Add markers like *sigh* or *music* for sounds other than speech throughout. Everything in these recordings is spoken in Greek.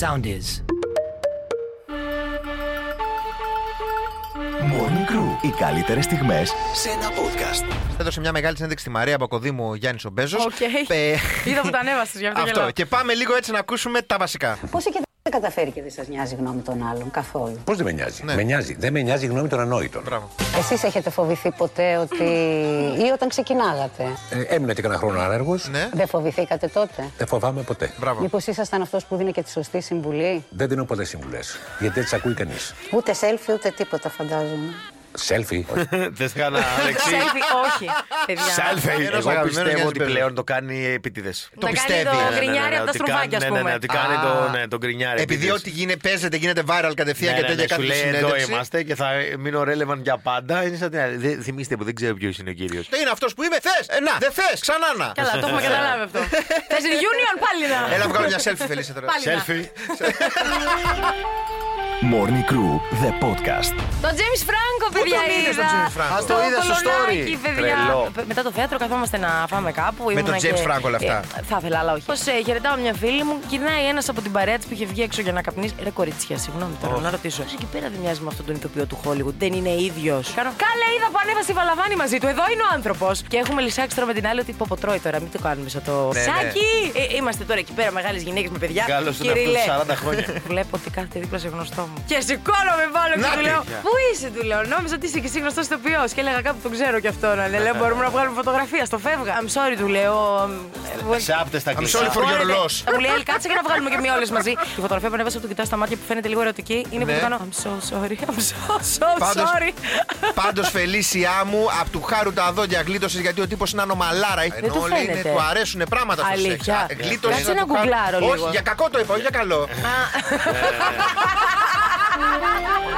sound is. Morning Crew. Οι καλύτερες στιγμές σε ένα podcast. Έδωσε μια μεγάλη συνέντευξη στη Μαρία Μπακοδήμου Γιάννης Ομπέζος. Οκ. *laughs* Είδα που τα ανέβασες γι' αυτό. Αυτό. γελάω. Και πάμε λίγο έτσι να ακούσουμε τα βασικά. Πώς έχετε τα καταφέρει και δεν σας νοιάζει η γνώμη των άλλων καθόλου. Πώς δεν με νοιάζει. Ναι. Με νοιάζει. Δεν με νοιάζει η γνώμη των ανόητων. Μπράβο. Εσείς έχετε φοβηθεί ποτέ ότι. ή όταν ξεκινάγατε. Ε, έμεινα και κανένα χρόνο άνεργος. Ναι. Δεν φοβηθήκατε τότε. Δεν φοβάμαι ποτέ. Μπράβο. Μήπως ήσασταν αυτός που δίνει και τη σωστή συμβουλή. Δεν δίνω ποτέ συμβουλές. Γιατί δεν τις ακούει κανείς. Ούτε selfie ούτε τίποτα φαντάζομαι. Σέλφι. Δεν *laughs* σε κάνω, Αλέξη. Selfie, όχι. παιδιά. Σέλφι. Ένας Εγώ αγαπημένος Γιάννης πιστεύω ότι Μπέζος. πλέον το κάνει επίτηδες. Το Να κάνει πιστεύει. Ναι, ναι, το ναι, γκρινιάρι από τα στροφάκια, Ναι, ας ναι, ναι, πούμε. ότι κάνει το- ναι, τον γκρινιάρι. Επειδή επίτηδες. ό,τι γίνεται, παίζεται, γίνεται viral κατευθείαν Ναι, και ναι, τέτοια ναι, σου κάτι λέει εδώ συνέντευξη. είμαστε και θα μείνω relevant για πάντα. Είναι σαν την άλλη. Δεν- Θυμήστε που δεν ξέρω ποιος είναι ο κύριος. Είναι αυτός που είπε, θες, ε, να, δεν θες, ξανά να. Καλά, το έχουμε καταλάβει *laughs* αυτό. Θες reunion πάλι να. Έλα, βγάλω μια selfie, Φελίσσα τώρα. Πάλι να. Selfie. *laughs* Morning Crew. The podcast. Το James Franco, παιδιά, τον είδες είδα. τον James Franco? Ας, το είδα στο κολονάκι, story. παιδιά. Τρελό. Πε- Μετά το θέατρο καθόμαστε να φάμε κάπου. τον Ήμουνα James και- Franco όλα αυτά. Ε, θα ήθελα, αλλά όχι. Πώς ε, χαιρετάω μια φίλη μου, γυρνάει ένας από την παρέα της που είχε βγει έξω για να καπνίσει. Ρε κοριτσιά, συγγνώμη τώρα, να ρωτήσω. Πώς Εκεί πέρα δεν μοιάζει με αυτόν τον ηθοποιό του Χόλιγου. Δεν είναι ίδιος. Κάνω. Καλέ, είδα που ανέβασε η Βαλαβάνη μαζί του. Εδώ είναι ο άνθρωπος. Και έχουμε λυσάξει τώρα με την άλλη ότι ποποτρώει τώρα. Μην το κάνουμε σαν το. ναι. Σάκι! Ε, είμαστε τώρα εκεί πέρα μεγάλες γυναίκες με παιδιά. Καλός στον εαυτό Κυριλέ. του 40 *laughs* χρόνια. Βλέπω ότι κάθεται δίπλα σε γνωστό μου. Και σηκώνομαι πάνω Να και του τη, λέω: πια. Πού είσαι, του λέω. Νόμιζα ότι είσαι και εσύ γνωστός ηθοποιός. Και έλεγα κάπου τον ξέρω κι αυτόν. Αλλά λέω: Μπορούμε να βγάλουμε φωτογραφία στο φεύγα. I'm sorry, του λέω. «Ε, ε, Σάπτε στα I'm αγγλικά. sorry for your Μπορείτε. loss. Μου λέει, «Ελ, κάτσε και να βγάλουμε και μία όλε μαζί. Η φωτογραφία που ανέβασα που του κοιτάω στα μάτια που φαίνεται λίγο ερωτική είναι που Ναι. του κάνω. I'm so sorry, I'm so, so Πάντως- sorry. Πάντως Φελίσια μου, απ' του χάρου τα δόντια γλίτωσες γιατί ο τύπος είναι ανομαλάρα. Ε, Ενώ του λέει, φαίνεται. ναι, του αρέσουν πράγματα στο σεξ. Αλήθεια. Α, Γλίτωσες Κάτσε να του χάρου. γκουγκλάρω λίγο. Όχι, για κακό το είπα, όχι για καλό.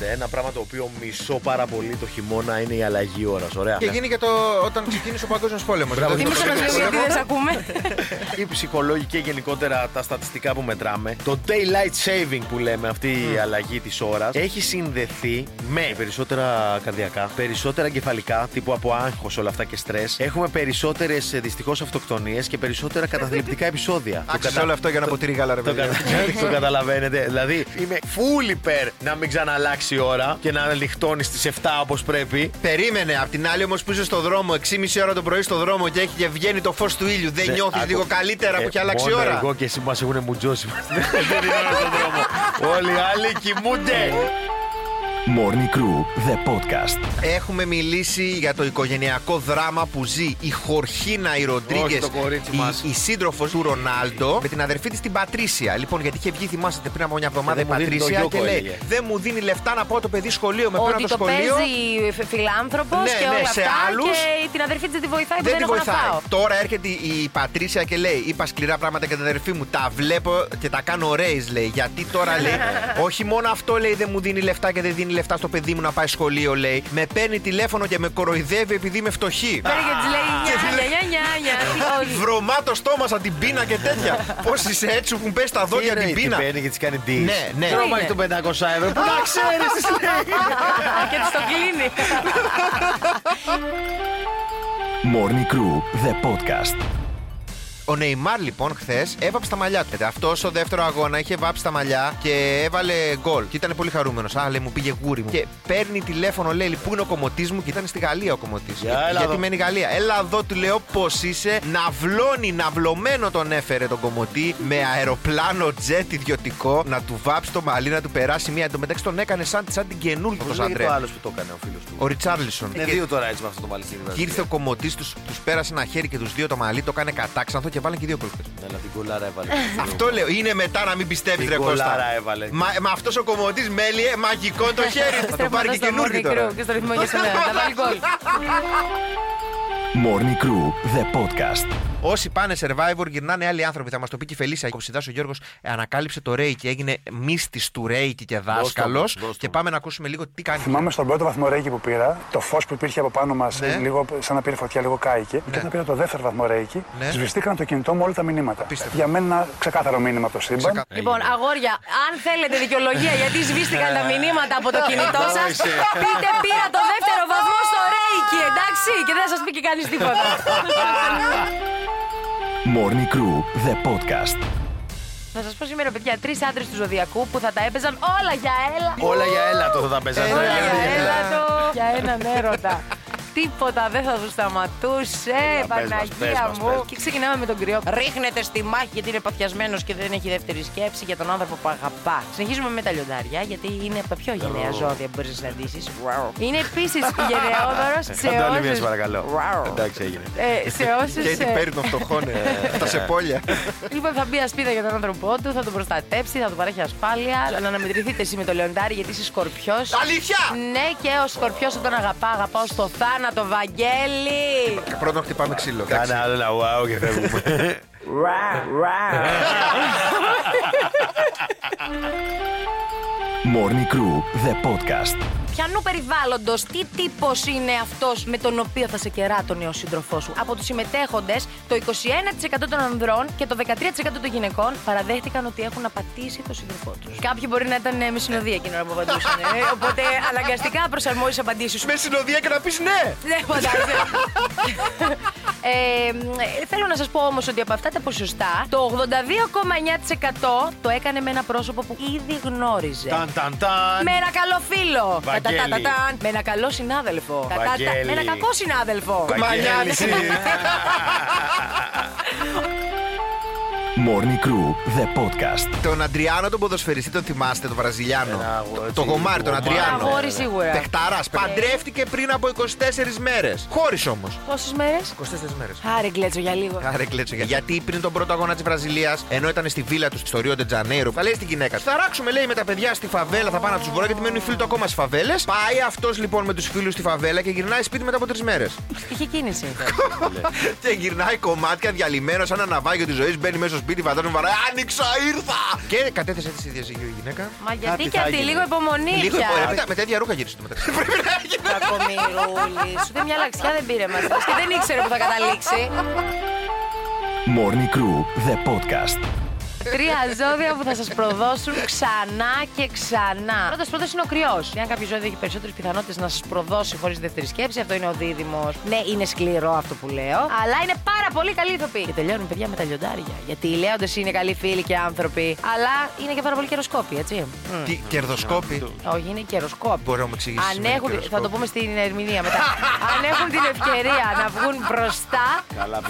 Ναι, Ένα πράγμα το οποίο μισώ πάρα πολύ το χειμώνα είναι η αλλαγή ώρας. Ωραία. Και γίνει και το όταν ξεκίνησε ο Δηλαδή, Παγκόσμιος Πόλεμος. ναι. Μπράβο. Τι μισό το μας ξέρω. λίγο γιατί δεν σε ακούμε. Οι ψυχολόγοι και γενικότερα τα στατιστικά που μετράμε, το daylight saving που λέμε, αυτή η αλλαγή της ώρας, έχει συνδεθεί με περισσότερα καρδιακά, περισσότερα εγκεφαλικά, τύπου από άγχος όλα αυτά και στρες. Έχουμε περισσότερες δυστυχώς αυτοκτονίες και περισσότερα καταθλιπτικά επεισόδια. Το Άξιζε κατα- όλο αυτό για να ποτήρι γάλα, ρε Το, παιδιά. κατα- *laughs* το καταλαβαίνετε. Δηλαδή, είμαι full υπέρ να μην ξαναλλάξει η ώρα και να λιχτώνει στι 7 όπως πρέπει. Περίμενε, απ' την άλλη όμως που είσαι στο δρόμο, 6,5 ώρα το πρωί στο δρόμο και έχει και βγαίνει το φως του ήλιου. Δεν Ναι, νιώθεις άκου. Ε, λίγο καλύτερα Ε, που έχει αλλάξει η μόνο ώρα. Εγώ και εσύ που μα έχουν μουτζώσει. *laughs* Δεν είναι ώρα στον δρόμο. Όλοι οι άλλοι Ε, κοιμούνται. Morning Crew. The podcast. Έχουμε μιλήσει για το οικογενειακό δράμα που ζει η Χορχίνα η Ροντρίγκες, το κορίτσι μας. η, η σύντροφος του Ρονάλντο, με την αδερφή της την Πατρίσια. Λοιπόν, γιατί είχε βγει, θυμάστε πριν από μια εβδομάδα η Ε, Δεν μου δίνει το Πατρίσια και γιόκο, λέει: έλεγε. Δεν μου δίνει λεφτά να πάω το παιδί σχολείο, με παίρνει Ότι το το σχολείο. παίζει φι- φιλάνθρωπος Ναι, και ναι, όλα σε αυτά. άλλους. Και την αδερφή της δεν τη βοηθάει που Δεν δεν τη έχω Ε, να βοηθάει. φάω. Τώρα έρχεται η Πατρίσια και λέει: Είπα σκληρά πράγματα για την αδερφή μου. Τα βλέπω και τα κάνω ρέι, λέει. Γιατί τώρα *laughs* λέει, Όχι μόνο αυτό λέει δεν μου δίνει λεφτά και δεν δίνει λεφτά στο παιδί μου να πάει σχολείο, λέει. Με παίρνει τηλέφωνο και με κοροϊδεύει επειδή είμαι φτωχή. Παίρνει και της λέει νιά, νιά, νιά, νιά, νιά. Τι- όχι. Βρωμά το στόμα σαν την πείνα και *laughs* τέτοια. Πώς είσαι έτσι, σου έχουν πέσει τα δόντια την πείνα. Παίρνει και της κάνει τι. Ναι, ναι. Δεν είναι. πάει το 500 ευρώ. Πού να ξέρεις. Και της το κλείνει. Morning Crew. The podcast. Ο Νεϊμάρ λοιπόν χθες έβαψε τα μαλλιά του. Αυτό στο δεύτερο αγώνα είχε βάψει τα μαλλιά και έβαλε γκολ. Και ήταν πολύ χαρούμενος. Α, λέει, μου πήγε γούρι μου. Και παίρνει τηλέφωνο, λέει, πού είναι ο κομωτή μου και ήταν στη Γαλλία ο κομωτή. Για, έλα Γιατί εδώ. μένει η Γαλλία. Έλα εδώ, του λέω πώς είσαι. Ναυλώνει, ναυλωμένο τον έφερε τον κομωτή με αεροπλάνο τζετ ιδιωτικό να του βάψει το μαλλί, να του περάσει μία. Εν τω μεταξύ τον έκανε σαν, σαν την καινούργια Πώ τον λέγεται Αντρέ. ο άλλος που το έκανε ο φίλος του. Ο Ριτσάρλισον. Είναι Και- δύο τώρα έτσι με αυτό το μαλλί στην Και ήρθε ο κομμωτής, τους τους πέρασε ένα χέρι και τους δύο το μαλλί, το έκανε κατάξανθο και βάλανε και δύο κολπέ. Αλλά την κολάρα έβαλε. Αυτό λέω, είναι μετά να μην πιστεύεις Την ρε Κώστα. κολάρα έβαλε. Μα, μα αυτός ο κομμωτής μέλιε μαγικό *laughs* το χέρι. Θα το πάρει και Στρέφοντας το καινούργιο Morning τώρα. Crew Και Ε, στο ρυθμό για σένα. Να βάλει γκολ. Morning Crew. The podcast. Όσοι πάνε survivor γυρνάνε άλλοι άνθρωποι. Θα μας το πει και η Φελίσσα. Κοψιδά ο Γιώργος ανακάλυψε το Reiki, έγινε μύστης του Reiki και μου, δάσκαλος. δώσ' το μου. Και πάμε να ακούσουμε λίγο τι κάνει. Θυμάμαι στον πρώτο βαθμό Ρέικι που πήρα, το φως που υπήρχε από πάνω μας, Ναι. λίγο σαν να πήρε φωτιά, λίγο κάηκε. Και όταν πήρα το δεύτερο βαθμό Ρέικι, Ναι. σβηστήκαν το κινητό μου όλα τα μηνύματα. Απίστευτο. Για μένα ένα ξεκάθαρο μήνυμα από το σύμπαν. Ξεκα- Λοιπόν, αγόρια, αν θέλετε δικαιολογία γιατί σβήστηκαν Ε, τα μηνύματα από το κινητό σας, Είσαι. πείτε πήρα το δεύτερο *laughs* βαθμό στο Reiki, εντάξει, και δεν θα σας πει και κανείς τίποτα. Morning Crew, the podcast. Να σας πω σήμερα, παιδιά, τρεις άντρες του Ζωδιακού που θα τα έπαιζαν όλα για έλα. Όλα για έλα το θα τα παίζανε. Όλα Έλα, για έλα. έλατο, για έναν έρωτα. Τίποτα δεν θα τους σταματούσε, πες μας, πες Παναγία μας, πες μου. μας. Και ξεκινάμε με τον κρυό. Ρίχνεται στη μάχη γιατί είναι παθιασμένος και δεν έχει δεύτερη σκέψη για τον άνθρωπο που αγαπά. Συνεχίζουμε με τα λιοντάρια γιατί είναι από τα πιο γενναία ζώδια που μπορείς να συναντήσεις. Είναι επίσης γενναιόδωρος *laughs* σε Κάντε άλλη μία, όσους- σε παρακαλώ. Wow. Εντάξει, έγινε. Ναι. Ε, σε όσους. Και έτσι παίρνει των φτωχών, ε, τα σε πόλια. Λοιπόν, θα μπει ασπίδα για τον άνθρωπό του, θα τον προστατέψει, θα του παρέχει ασφάλεια. Να αναμετρηθείτε εσύ με το λεοντάρι, γιατί είσαι σκορπιός. Αλήθεια! Ναι, και ο σκορπιός τον αγαπά, αγαπάω στο θάνατο, Βαγγέλη! Πρώτον χτυπάμε ξύλο. Κάνε άλλο ένα wow και Ε, φεύγουμε. Morning Crew, the podcast. Πιανού περιβάλλοντος, τι τύπος είναι αυτός με τον οποίο θα σε κερά τον νέο σύντροφό σου. Από τους συμμετέχοντες, το 21% των ανδρών και το 13% των γυναικών παραδέχτηκαν ότι έχουν απατήσει το σύντροφό τους. Κάποιοι μπορεί να ήταν ε, με συνοδεία εκείνο που απαντούσαν. ε, οπότε αναγκαστικά προσαρμόζεις απαντήσεις σου. Με συνοδεία και να πεις ναι! Δεν φαντάζεσαι. ε, θέλω να σας πω όμως ότι από αυτά τα ποσοστά το 82,9% το έκανε με ένα πρόσωπο που ήδη γνώριζε. Ταν, ταν, ταν. Με ένα καλό φίλο. Βαγγέλη. Κατατατατατάν. Με ένα καλό συνάδελφο. Βαγγέλη. Κατατα- Με ένα κακό συνάδελφο. Βαγγέλη. Morning Crew, the podcast. Τον Αντριάνο, τον ποδοσφαιριστή, τον θυμάστε, τον Βραζιλιάνο. Ένα αγόρι, Το γομάρι, τον γομάρι. Αντριάνο. Αγόρι σίγουρα. Ναι. Πεχταρά. Παντρεύτηκε πριν από 24 μέρε. Χώρισε όμως. *laughs* Πόσες μέρες. 24 μέρες. Άρε γκλέτσο για λίγο. Άρα κλέτσο, για- γιατί πριν τον πρώτο αγώνα της Βραζιλίας, ενώ ήταν στη βίλα τους στο Ρίο Ντετζανέιρο, θα λέει στην γυναίκα: του, Θα ράξουμε, λέει, με τα παιδιά στη φαβέλα, θα πάνε να τους βρω, γιατί μένουν οι φίλοι του ακόμα στις φαβέλες. Πάει αυτός λοιπόν με τους φίλους στη φαβέλα και γυρνάει σπίτι μετά από τρεις μέρες. Είχε κίνηση. *laughs* και γυρνάει κομμάτια διαλυμένο, σαν ένα ναυάγιο της ζωής, μπαίνει μέσα στο σπίτι, βαδώνει βαρά. Άνοιξα, ήρθα! Και κατέθεσε τη ίδια ζυγείο η γυναίκα. Μα Κάτι γιατί και θα αυτή, γίνει. λίγο υπομονή Λίγο πια. υπο- ε, με- με τέτοια ρούχα γύρισε το μεταξύ. *laughs* Πρέπει να έγινε. Κακομοιρούλη. Σου δεν μια λαξιά δεν πήρε μαζί της και δεν ήξερε που θα καταλήξει. Morning Crew, the podcast. Τρία ζώδια που θα σας προδώσουν ξανά και ξανά. Πρώτος πρώτος είναι ο κρυός. Εάν κάποιο ζώδιο έχει περισσότερες πιθανότητες να σας προδώσει χωρίς δεύτερη σκέψη, αυτό είναι ο δίδυμος. Ναι, είναι σκληρό αυτό που λέω, αλλά είναι πάρα πολύ καλή ηθοποιή. Και τελειώνουν παιδιά με τα λιοντάρια. Γιατί οι λέοντες είναι καλοί φίλοι και άνθρωποι, αλλά είναι και πάρα πολύ καιροσκόποι, έτσι. Μμ. Τι, κερδοσκόπη. Όχι, είναι καιροσκόποι. Μπορεί να μου εξηγήσεις. Αν έχουν, θα το πούμε στην ερμηνεία *laughs* μετά. Αν έχουν την ευκαιρία να βγουν μπροστά,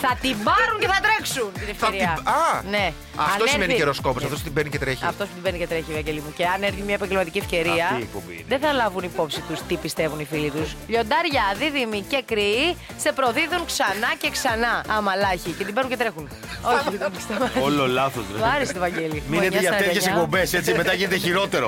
θα την πάρουν και θα τρέξουν την Θα την- ευκαιρία. Α! ναι. Αυτό Αν σημαίνει έρθει- καιροσκόπος. Ναι. Αυτός την παίρνει και τρέχει. Αυτός που την παίρνει και τρέχει, Βαγγέλη μου. Και αν έρθει μια επαγγελματική ευκαιρία, Αυτή η εκπομπή είναι. δεν θα λάβουν υπόψη τους τι πιστεύουν οι φίλοι τους. Λιοντάρια, δίδυμοι και κρυοί σε προδίδουν ξανά και ξανά. Αμαλάχη. Και την παίρνουν και τρέχουν. Όχι, δεν σταματάει. Όλο λάθος. Του άρεσε το Βαγγέλη. Μείνετε Γωνιάς για στα τέτοιες γωνιά. εκπομπές, έτσι μετά γίνεται χειρότερο.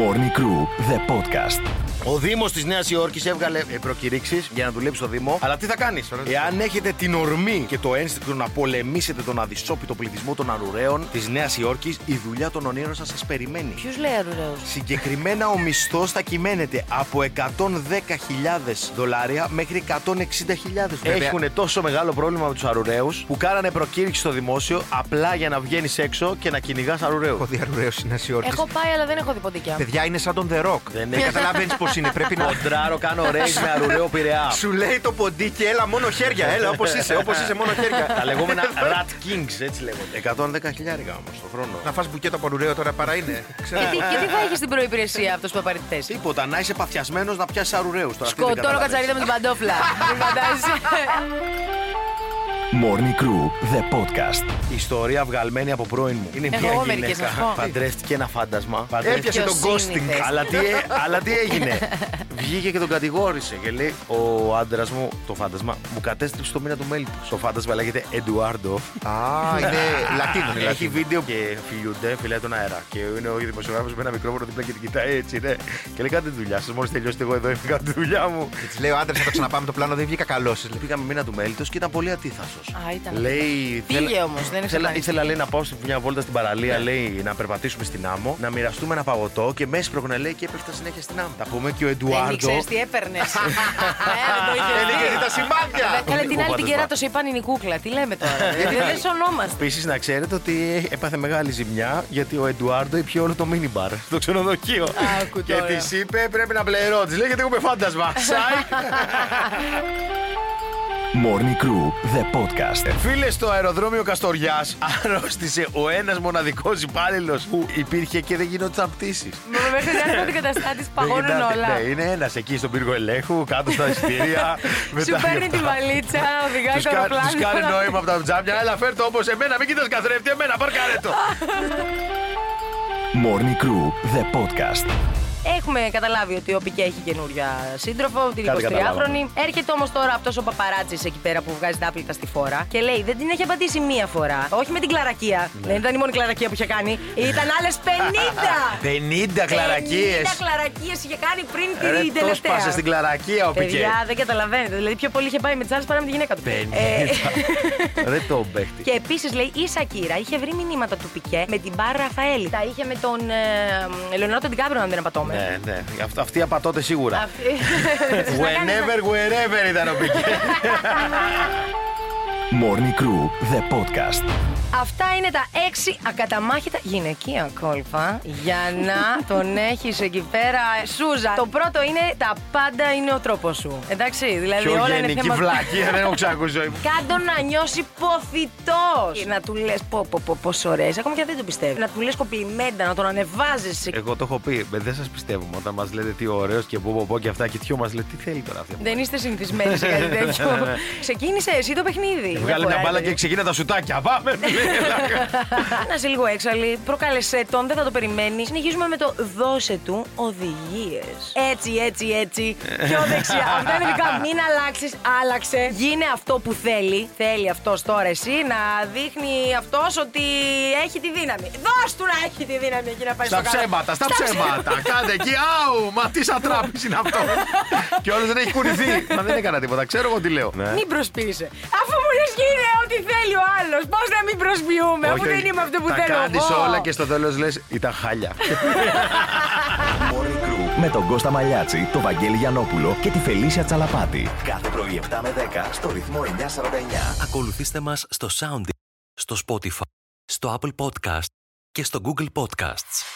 Morning Crew, the podcast. Ο Δήμος της Νέας Υόρκης έβγαλε προκηρύξεις για να δουλέψει στο Δήμο. Αλλά τι θα κάνεις, εάν έχετε την ορμή και το ένστικτο να πολεμήσετε τον αδυσόπιτο πληθυσμό των αρουραίων της Νέας Υόρκης, η δουλειά των ονείρων σας σας περιμένει. Ποιου λέει αρουραίος. Συγκεκριμένα ο μισθός θα κυμαίνεται από 110.000 δολάρια μέχρι 160.000 Βέβαια. Έχουν τόσο μεγάλο πρόβλημα με τους αρουραίους που κάνανε προκήρυξη στο δημόσιο απλά για να βγαίνεις έξω και να κυνηγάς αρουραίους. Έχω δει αρουραίο είναι Νέα Έχω πάει, αλλά δεν έχω δει ποντικιά. Παιδιά είναι σαν τον The Rock. Δεν Δεν έχει. καταλαβαίνεις πώς είναι. Πρέπει να. Κοντράρω, κάνω ρέις με αρουραίο πειραιά. Σου λέει το ποντί και έλα μόνο χέρια. Έλα όπως είσαι, όπως είσαι μόνο χέρια. Τα λεγόμενα Rat Kings, έτσι λέγονται. 110 χιλιάρικα όμως το χρόνο. *laughs* Να φας μπουκέτο από αρουραίο τώρα παρά είναι. Ξέρω. Και τι, και τι θα έχεις στην προπηρεσία αυτός που θα πάρει τη θέση. Τίποτα, να είσαι παθιασμένος να πιάσεις αρουραίου τώρα. τι δεν Σκοτώνω καταλαβαίνεις. κατσαρίδα με την παντόφλα. Μην φαντάζεσαι. Morning Crew, the podcast. Η ιστορία βγαλμένη από πρώην μου. Είναι Εγώ μια μερικές να γυναίκα. σου πω. Παντρεύτηκε ένα φάντασμα. Έπιασε Ποιος τον ghosting. είναι, θες. Αλλά τι, έ- αλλά τι *laughs* έγινε. Βγήκε και τον κατηγόρησε και λέει: Ο άντρας μου, το φάντασμα, μου κατέστρεψε το μήνα του μέλη του. Το φάντασμα λέγεται Εντουάρντο. Α, είναι λατίνο. είναι Έχει λατίνο. βίντεο Ε, και φιλιούνται, φιλάει τον αέρα. Και είναι ο δημοσιογράφος με ένα μικρόφωνο δίπλα και την κοιτάει έτσι, ναι. Και λέει: Κάντε τη δουλειά σας. Μόλις τελειώσετε, εγώ εδώ *laughs* είμαι, κάνω τη δουλειά μου. Της Λέει ο άντρας θα το ξαναπάμε το πλάνο, δεν βγήκα καλός. Πήγαμε μήνα του μέλητο και ήταν πολύ ατίθασο. Α, ήταν. Λέει, Πήγε θέλα- όμως, δεν Ήθελα, εξαφανίστηκε. ήθελα, λέει, να πάω σε μια βόλτα στην παραλία, λέει, να περπατήσουμε στην άμμο, να μοιραστούμε ένα παγωτό και μέσα πρόγνε λέει και έπεφτα συνέχεια στην άμμο. Τα πούμε και ο Δεν Εντουάρντο. ήξερε τι έπαιρνες. *laughs* Έλεγε τα σημάδια. Καλά, την άλλη την Φαντασμά. κεράτωσε η πάνινη κούκλα. Τι λέμε τώρα. Ναι, Γιατί δεν σωνόμαστε. Επίσης, να ξέρετε ότι έπαθε μεγάλη ζημιά γιατί ο Εντουάρντο ήπια όλο το μίνι μπαρ στο ξενοδοχείο. Άκου και τώρα. της *laughs* είπε πρέπει να πληρώνει. Λέει γιατί εγώ είμαι φάντασμα. Σάι. Morning Crew, the podcast. Φίλε, στο αεροδρόμιο Καστοριάς αρρώστησε ο ένας μοναδικός υπάλληλος που υπήρχε και δεν γινόταν πτήσει. Με- Μέχρι την άσπρα την καταστάτη παγώνουν όλα. Ναι, είναι ένας εκεί στον πύργο ελέγχου, κάτω *laughs* στα εισιτήρια. Σου παίρνει τη βαλίτσα, οδηγάει Τους το αεροπλάνο. κάνει νόημα από τα τζάμια. Έλα, φέρ το όπως εμένα, μην κοιτάς καθρέφτη, εμένα, παρκάρε *laughs* το. Morning Crew, the podcast. Έχουμε καταλάβει ότι ο Πικέ έχει καινούρια σύντροφο, την Κάτι 23χρονη. καταλάβαμε. Έρχεται όμως τώρα αυτός ο παπαράτσις εκεί πέρα που βγάζει τα άπλυτα στη φόρα και λέει: Δεν την έχει απαντήσει μία φορά. Όχι με την κλαρακία. Ναι. Δεν ήταν η μόνη κλαρακία που είχε κάνει. Ήταν άλλες *laughs* 50! 50 κλαρακίε. 50 κλαρακίε Ε, είχε κάνει πριν Ε, Ρε, την το τελευταία. Ε, σπάσε στην κλαρακία ο Πικέ. Παιδιά, δεν καταλαβαίνετε. Δηλαδή, πιο πολύ είχε πάει με τι άλλε παρά με τη γυναίκα του. Ε, 50. Δεν το παίχτη. *laughs* Και επίσης λέει η Σακύρα είχε βρει μηνύματα του Πικέ με την Μπάρα Ραφαέλη. Τα είχε με τον ε, Λεωνάρντο Ντικάπριο, αν δεν απατώμε. Ναι, ναι. Αυτ- Αυτοί απατώτε σίγουρα. Αυτή- *laughs* Τις να κάνεις να- Whenever, wherever ήταν ο Πικέ. Morning Crew, the podcast. Αυτά είναι τα έξι ακαταμάχητα γυναικεία κόλπα για *laughs* να τον έχεις εκεί πέρα. Σούζα, το πρώτο είναι τα πάντα είναι ο τρόπος σου. Εντάξει, δηλαδή Πιο όλα είναι γενική θέμα... βλακία δεν έχω ξακούσει ζωή μου. Κάντο να νιώσει ποθητός. Και Ε, Να του λες πω πω πω πόσο ωραίες, ακόμα και αν δεν το πιστεύει. Να του λες κοπλιμέντα, να τον ανεβάζεις. Εγώ το έχω πει. «Μπε, Δεν σας πιστεύουμε. Όταν μας λέτε τι ωραίος και πω, πω, πω και αυτά, και μα λέτε τι θέλει τώρα αυτή. Δεν είστε συνηθισμένοι σε ε, κάτι τέτοιο. Ξεκίνησε εσύ το παιχνίδι. Μια Βγάλε μια φορά, μπάλα δηλαδή. και ξεκίνα τα σουτάκια. *laughs* Πάμε! Να είσαι λίγο έξαλλη, προκάλεσέ τον, δεν θα το περιμένεις. Συνεχίζουμε με το δώσε του οδηγίες. Έτσι, έτσι, έτσι. Πιο *laughs* δεξιά. Αυτά είναι δικά μου. Μην αλλάξεις, άλλαξε. Γίνε αυτό που θέλει. Θέλει αυτός τώρα εσύ να δείχνει αυτός ότι έχει τη δύναμη. Δώσ' του να έχει τη δύναμη εκεί να πάει Στα στο κάτω. ψέματα, στα ψέματα. Κάντε εκεί. Άου! Μα τι σαν τράπεζα είναι *laughs* αυτό. Και όλος δεν έχει κουνηθεί. Μα δεν έκανα τίποτα. Ξέρω εγώ τι λέω. Μην προσποιείσαι. Αφού μου λες είναι ό,τι θέλει ο άλλο, πώς να μην προσποιούμε, αφού δεν είμαι αυτό που τα θέλω. κάνεις εγώ. όλα και στο τέλος λες ήταν χάλια. Morning Crew με τον Κώστα Μαλιάτση, τον Βαγγέλη Γιανόπουλο και τη Φελίσια Τσαλαπάτη. Κάθε πρωί 7 με 10 στο ρυθμό 949. Ακολουθήστε μας στο Soundcloud, στο Spotify, στο Apple Podcast και στο Google Podcasts.